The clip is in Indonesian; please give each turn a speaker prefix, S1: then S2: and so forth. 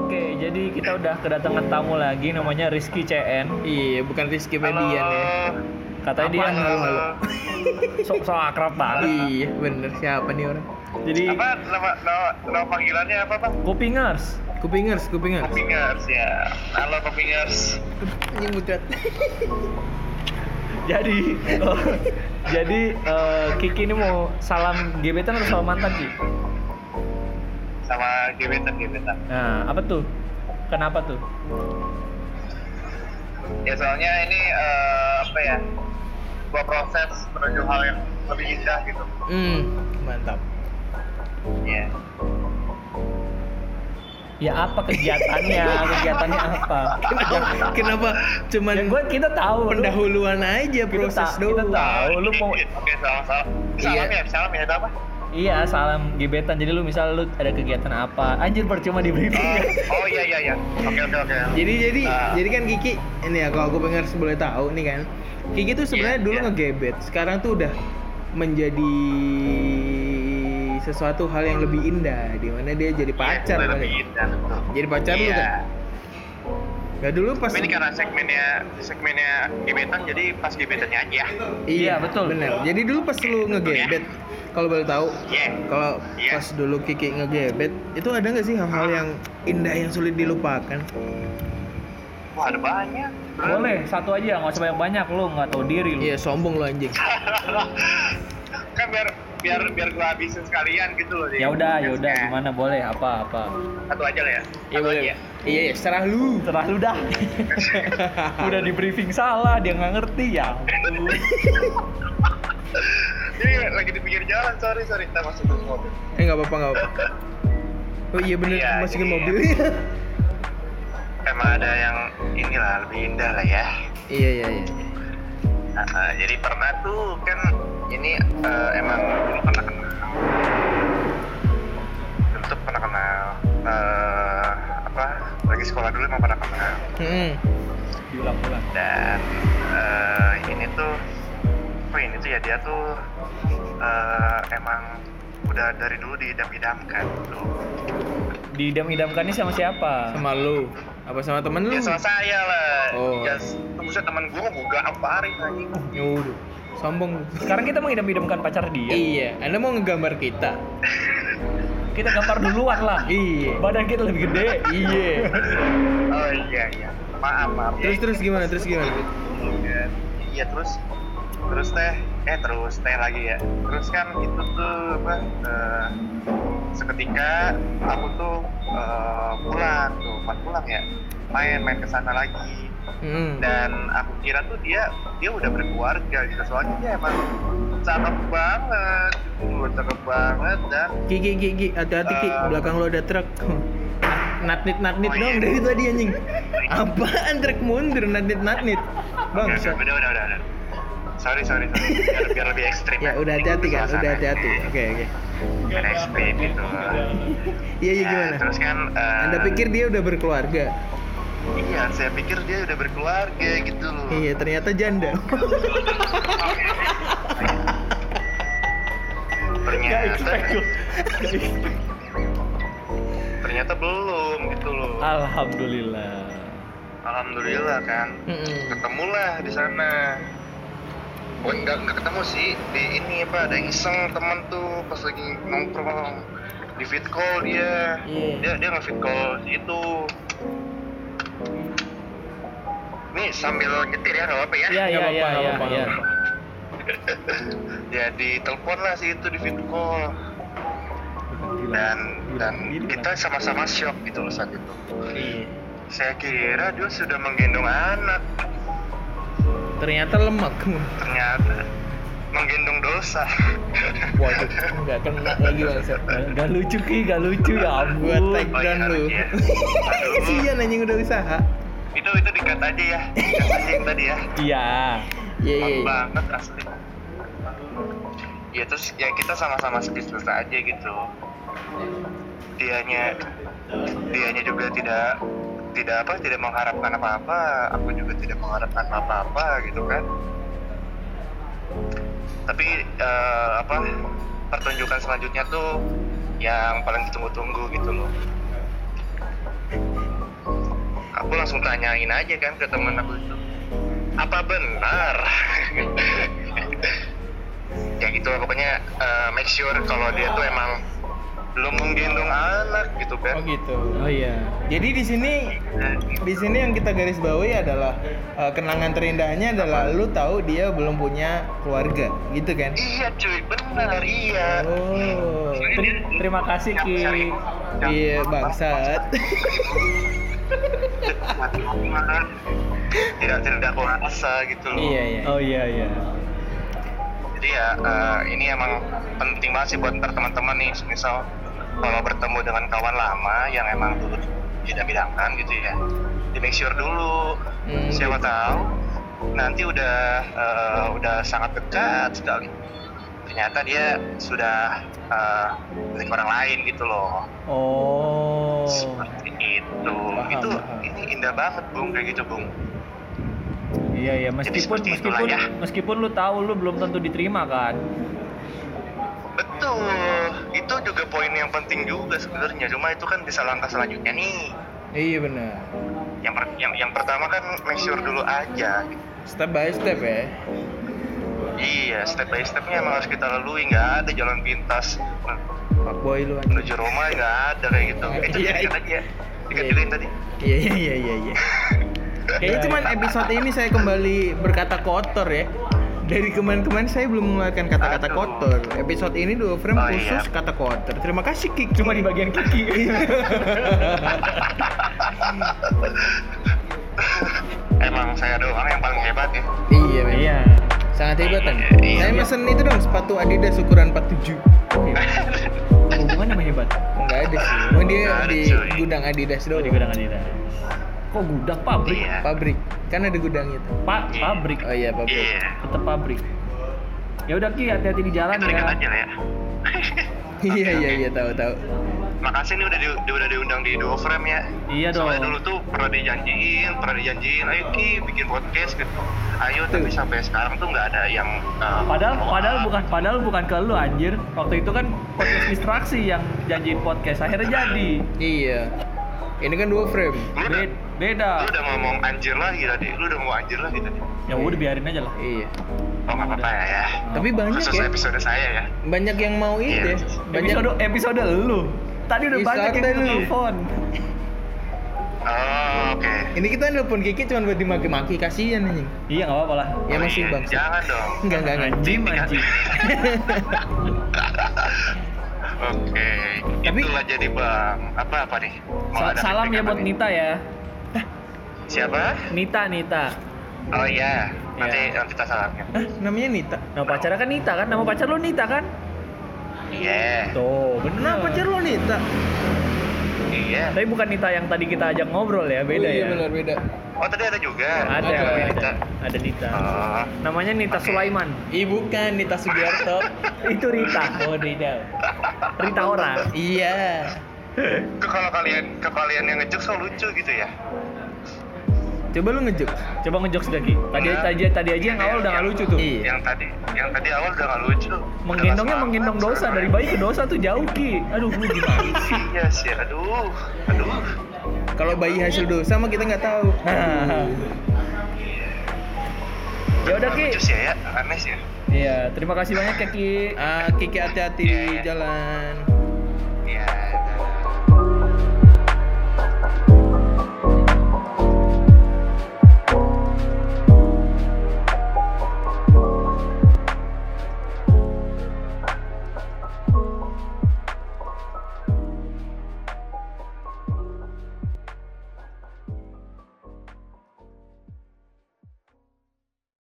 S1: Oke, jadi kita udah kedatangan tamu lagi namanya Rizky CN.
S2: Iya, bukan Rizky Febian ya.
S1: Katanya dia
S2: Apaan malu-malu?
S1: sok sok akrab banget.
S2: Iya, bener siapa nih orang?
S1: Jadi
S3: Apa nama, nama, nama panggilannya apa bang?
S1: Kopingers.
S2: Kupingers, kupingers.
S3: Kopingers ya. Halo Kopingers.
S2: Anjing mudrat.
S1: Jadi oh, jadi eh, Kiki ini mau salam gebetan atau salam mantan sih?
S3: Sama gebetan gebetan.
S1: Nah, apa tuh? Kenapa tuh?
S3: Ya soalnya ini eh, apa ya? Sebuah proses menuju hal yang lebih indah gitu.
S2: Hmm, mantap.
S3: Ya.
S1: Ya apa kegiatannya? kegiatannya apa?
S2: Kenapa, kenapa cuman
S1: Ya gue kita tahu. lu-
S2: pendahuluan
S1: Kita
S2: aja proses
S1: ta- kita
S2: doang?
S1: tahu lu mau
S3: Oke salam salam. Salam
S2: Iya.
S3: ya salam ya ada apa?
S1: Iya, salam gebetan. Jadi lu misal lu ada kegiatan apa? Anjir percuma di briefing
S3: Eh,
S1: ya.
S3: oh iya iya iya. Oke oke oke.
S2: Jadi jadi
S3: Ah.
S2: jadi kan Kiki ini ya kalau aku pengen boleh tahu nih kan. Kiki tuh sebenarnya
S3: Iya,
S2: dulu
S3: iya.
S2: ngegebet, sekarang tuh udah menjadi sesuatu hal yang lebih indah di mana dia jadi pacar
S3: Iya,
S2: kali.
S3: lebih indah. betul.
S2: Jadi pacar lu
S3: Iya.
S2: kan? Gak dulu pas
S3: Tapi ini karena segmennya segmennya gebetan jadi pas gebetannya aja.
S1: Iya, betul.
S2: Bener. Jadi dulu pas lu ngegebet, kalau boleh tahu,
S3: Iya.
S2: kalau
S3: Iya. Ah.
S2: pas dulu Kiki ngegebet, itu ada nggak sih hal-hal yang indah yang sulit dilupakan?
S3: Wah ada banyak.
S1: Boleh, satu aja, nggak usah banyak-banyak lu, nggak tahu diri lu.
S2: Iya sombong lo anjing.
S3: kan biar biar biar gua habisin sekalian gitu loh Ji.
S1: Ya udah, ya udah,
S3: Maksudnya,
S1: gimana boleh apa apa.
S3: satu aja lah
S2: Iya
S3: ya satu
S2: boleh.
S3: aja.
S2: Iya iya, serah lu.
S1: Serah lu dah. udah di briefing salah, dia nggak ngerti ya. ampun.
S3: ini lagi di pinggir jalan sorry sorry kita masuk ke mobil
S2: Eh nggak apa-apa nggak apa-apa. Oh iya bener
S3: Iya,
S2: masukin
S3: jadi-
S2: mobil.
S3: emang ada yang inilah lebih indah lah ya
S2: iya iya iya.
S3: Nah, eh, jadi pernah tuh kan ini eh, emang dulu pernah kenal dulu tuh pernah kenal eh apa lagi sekolah dulu emang pernah kenal
S2: Hmm.
S1: Diulang-ulang.
S3: dan eh, ini tuh apa ini tuh ya dia tuh eh, emang udah dari dulu diidam-idamkan tuh
S1: Diidam-idamkannya sama siapa?
S2: Sama lu. Apa sama temen lu?
S3: ya sama saya lah
S2: Hmm. Oh.
S3: ya tembusnya teman gue gue gamparin lagi
S2: Yaudah. Sombong. lu.
S1: Sekarang kita mengidam-idamkan pacar dia.
S2: Iya, Anda mau ngegambar kita?
S1: Kita gambar duluan lah.
S2: Iya.
S1: Badan kita lebih gede.
S2: Iya.
S3: oh iya iya maaf maaf
S2: Terus terus gimana? Terus gimana?
S3: Iya, iya terus terus teh eh terus teh lagi ya terus kan itu tuh apa eh, seketika aku tuh eh, pulang tuh pas pulang ya main main ke sana lagi
S2: Hmm.
S3: dan aku kira tuh dia dia udah berkeluarga gitu soalnya dia emang cakep banget gitu loh, cakep banget dan
S2: Ki ki ki ki hati-hati ki
S3: Eh.
S2: belakang lo ada truk. Natnit natnit
S3: Oh, iya.
S2: dong dari tadi anjing. Apaan truk mundur natnit natnit. Bang,
S3: Oke, oke, udah udah udah udah. sorry sorry sorry biar, biar lebih ekstrim
S2: ya udah hati-hati kan, udah hati-hati. Oke oke.
S3: biar ekstrim gitu
S2: Iya iya
S3: Ya,
S2: gimana?
S3: terus kan eh,
S2: Anda pikir dia udah berkeluarga?
S3: iya saya pikir dia udah berkeluarga gitu loh
S2: Iya, ternyata janda.
S1: Gak
S3: ternyata
S1: expect gua. Gak expect.
S3: ternyata belum gitu loh
S2: Ah.
S1: Alhamdulillah.
S3: alhamdulillah kan
S2: Mm-mm.
S3: ketemulah di sana Bukan nggak nggak ketemu sih di ini apa ada yang iseng teman tuh pas lagi nongkrong di fit call dia
S2: Iya.
S3: dia dia nge fit call itu ini sambil nyetir ya nggak apa
S1: Iya,
S3: ya
S1: iya,
S2: Nggak
S1: iya,
S2: apa-apa,
S1: iya,
S2: nggak
S1: iya.
S2: apa-apa.
S3: ya ditelepon lah sih itu di video call dan dan kita sama-sama shock gitu loh saat itu
S2: Iya.
S3: saya kira dia sudah menggendong anak
S2: Ternyata lemak.
S3: ternyata menggendong dosa
S2: Waduh, nggak kena lagi bangsat.
S3: Hmm.
S1: Gak lucu ki, gak lucu ya
S2: Gua
S1: ampun.
S2: tag down
S3: iya,
S2: lu. Iya.
S3: iya.
S2: Kasihan anjing udah usaha.
S3: itu itu dikat aja ya dikat aja yang tadi ya
S1: Iya.
S2: Iya iya.
S3: Maaf
S2: iya.
S3: banget asli ya terus ya kita sama-sama sebisnis aja gitu dianya dianya juga tidak tidak apa tidak mengharapkan apa-apa aku juga tidak mengharapkan apa-apa gitu kan tapi eh, apa pertunjukan selanjutnya tuh yang paling ditunggu-tunggu gitu loh aku langsung tanyain aja kan ke temen aku itu apa benar ya gitu lah, pokoknya eh, make sure kalau dia tuh emang belum menggendong anak gitu
S2: Oh
S3: kan
S2: gitu.
S1: Oh iya.
S2: Jadi di sini di sini yang kita garis bawahi adalah eh, kenangan terindahnya adalah lu tahu dia belum punya keluarga, gitu kan?
S3: iya cuy benar iya
S2: Oh.
S1: Ter- terima kasih Ki.
S2: Iya, bangsat.
S3: tidak tidak kuasa gitu loh
S2: Iya, iya.
S1: Oh iya iya.
S3: jadi ya eh, ini emang penting banget sih buat ntar teman-teman nih misal kalau bertemu dengan kawan lama yang emang dulu tidak bidangkan gitu ya di make sure dulu
S2: Hmm.
S3: siapa tahu nanti udah eh, udah sangat dekat sekali ternyata dia sudah eh, milik orang lain gitu loh
S1: Oh.
S3: seperti itu
S2: Paham,
S3: itu
S2: paham.
S3: ini indah banget bung kayak gitu bung
S1: Iya iya, meskipun
S3: seperti itulah
S1: meskipun
S3: ya.
S1: meskipun lu tahu lu belum tentu diterima kan.
S3: Betul, itu juga poin yang penting juga sebenarnya. Cuma itu kan bisa langkah selanjutnya nih.
S2: Iya benar.
S3: Yang per- yang yang pertama kan make sure dulu aja.
S2: Step by step ya.
S3: Iya, step by stepnya emang harus kita lalui. Nggak ada jalan pintas
S2: Pak boy lu anjing.
S3: menuju Roma nggak ada kayak gitu. Itu
S2: Iya,
S3: dikit
S2: iya.
S3: tadi ya, dikecilin tadi.
S2: Iya iya iya iya. iya. Kayaknya
S3: Iya,
S2: cuman episode ini saya kembali berkata kotor ya. Dari kemarin-kemarin saya belum mengeluarkan kata-kata
S3: Aduh.
S2: kotor. Episode ini dua frame
S3: Oh, iya.
S2: khusus kata kotor. Terima kasih Kik.
S1: Cuma di bagian kiki.
S3: Emang saya doang yang paling hebat ya.
S2: Iya memang.
S1: iya.
S2: Sangat hebatan.
S3: Iya.
S2: Saya mesen itu dong sepatu Adidas ukuran 47.
S1: Iya. Hubungannya sama hebat.
S2: Enggak ada sih. Mau dia
S3: Nggak Iya. ada,
S2: di
S3: cuy.
S2: gudang Adidas
S1: Itu
S2: doang.
S1: Oh, di gudang Adidas. Kok gudang pabrik?
S3: Iya.
S2: Pabrik. Kan ada gudang itu.
S1: Pak, pabrik.
S2: Oh iya pabrik.
S3: Iya.
S1: Tetap pabrik. Ya udah Ki, hati-hati di jalan
S3: Itu
S1: ya.
S3: dikit aja lah ya.
S2: Iya iya iya tahu tahu.
S3: Makasih nih udah di, di- udah diundang di Duo Frame ya.
S1: Iya dong.
S3: Soalnya dulu tuh pernah dijanjiin, pernah dijanjiin, ayo Ki bikin podcast gitu. Ayo tapi
S2: Tuh.
S3: sampai sekarang tuh nggak ada yang uh,
S1: Iya. Padahal
S3: follow up.
S1: padahal bukan padahal bukan ke lu anjir. Waktu itu kan podcast distraksi yang janjiin podcast akhirnya jadi.
S2: Iya. Ini kan dua frame.
S3: Lu udah,
S1: Be- beda.
S3: lu udah ngomong anjir lagi tadi, lu udah ngomong anjir lagi tadi.
S1: Ya udah biarin aja lah.
S2: Iya.
S3: Oh nggak apa-apa ya, ya.
S2: Tapi banyak
S3: Khusus
S2: ya.
S3: episode saya ya.
S2: Banyak yang mau itu. ya.
S3: Iya.
S2: Banyak
S1: Episode episode lu. Tadi udah banyak yang
S2: Episode lu.
S1: telepon.
S3: Oh, oke.
S2: Ini kita nelpon Kiki cuma buat dimaki-maki kasihan anjing.
S1: Iya nggak apa-apa lah.
S2: Ya masih
S3: Iya,
S2: bang.
S3: Jangan dong.
S2: Enggak enggak enggak.
S1: Anjing,
S3: Tiga.
S1: anjing.
S3: Oke.
S2: Tapi-
S3: Itulah jadi bang. Apa apa nih? Mau
S1: Sa-
S3: ada
S1: salam
S3: feedback
S1: ya
S3: apa
S1: buat
S3: nih?
S1: Nita ya.
S3: Siapa?
S1: Nita, Nita.
S3: Oh iya. Nanti
S1: Iya.
S3: nanti kita ya. salamnya.
S2: Hah, namanya Nita.
S1: Nama pacarnya kan Nita kan? Nama pacar lu Nita kan?
S3: Iya.
S1: Tuh,
S2: Nah, pacar lo Nita.
S3: Iya.
S1: Tapi bukan Nita yang tadi kita ajak ngobrol ya, beda
S2: Oh, iya,
S1: ya.
S2: benar beda.
S3: Oh tadi ada juga. Oh,
S1: Ada,
S2: Ada,
S1: ada,
S3: Nita.
S1: ada Nita.
S3: Oh.
S1: Namanya Nita Sulaiman.
S2: Ih bukan Nita Sugiarto.
S1: Itu Rita.
S2: oh beda.
S1: Rita orang.
S2: Iya.
S3: Ke kalau kalian ke kalian yang ngejek so lucu gitu ya.
S2: Coba lu ngejuk.
S1: Coba ngejokes lagi. Tadi tadi tadi aja yang awal udah nggak lucu tuh.
S2: Iya.
S3: Yang tadi yang tadi awal udah nggak lucu.
S1: Menggendongnya
S3: Udah nggak
S1: menggendong
S3: semangat,
S1: dosa
S3: sebenarnya.
S1: dari bayi ke dosa tuh jauh ki. Aduh lu gimana?
S3: Iya sih. Aduh. Aduh.
S2: Kalau bayi hasil dosa mah kita nggak tahu.
S1: ya udah ki.
S3: Lucu sih ya. Aneh sih. ya.
S1: Iya terima kasih banyak ya ki.
S2: Ah, Kiki hati-hati di jalan.
S3: Iya.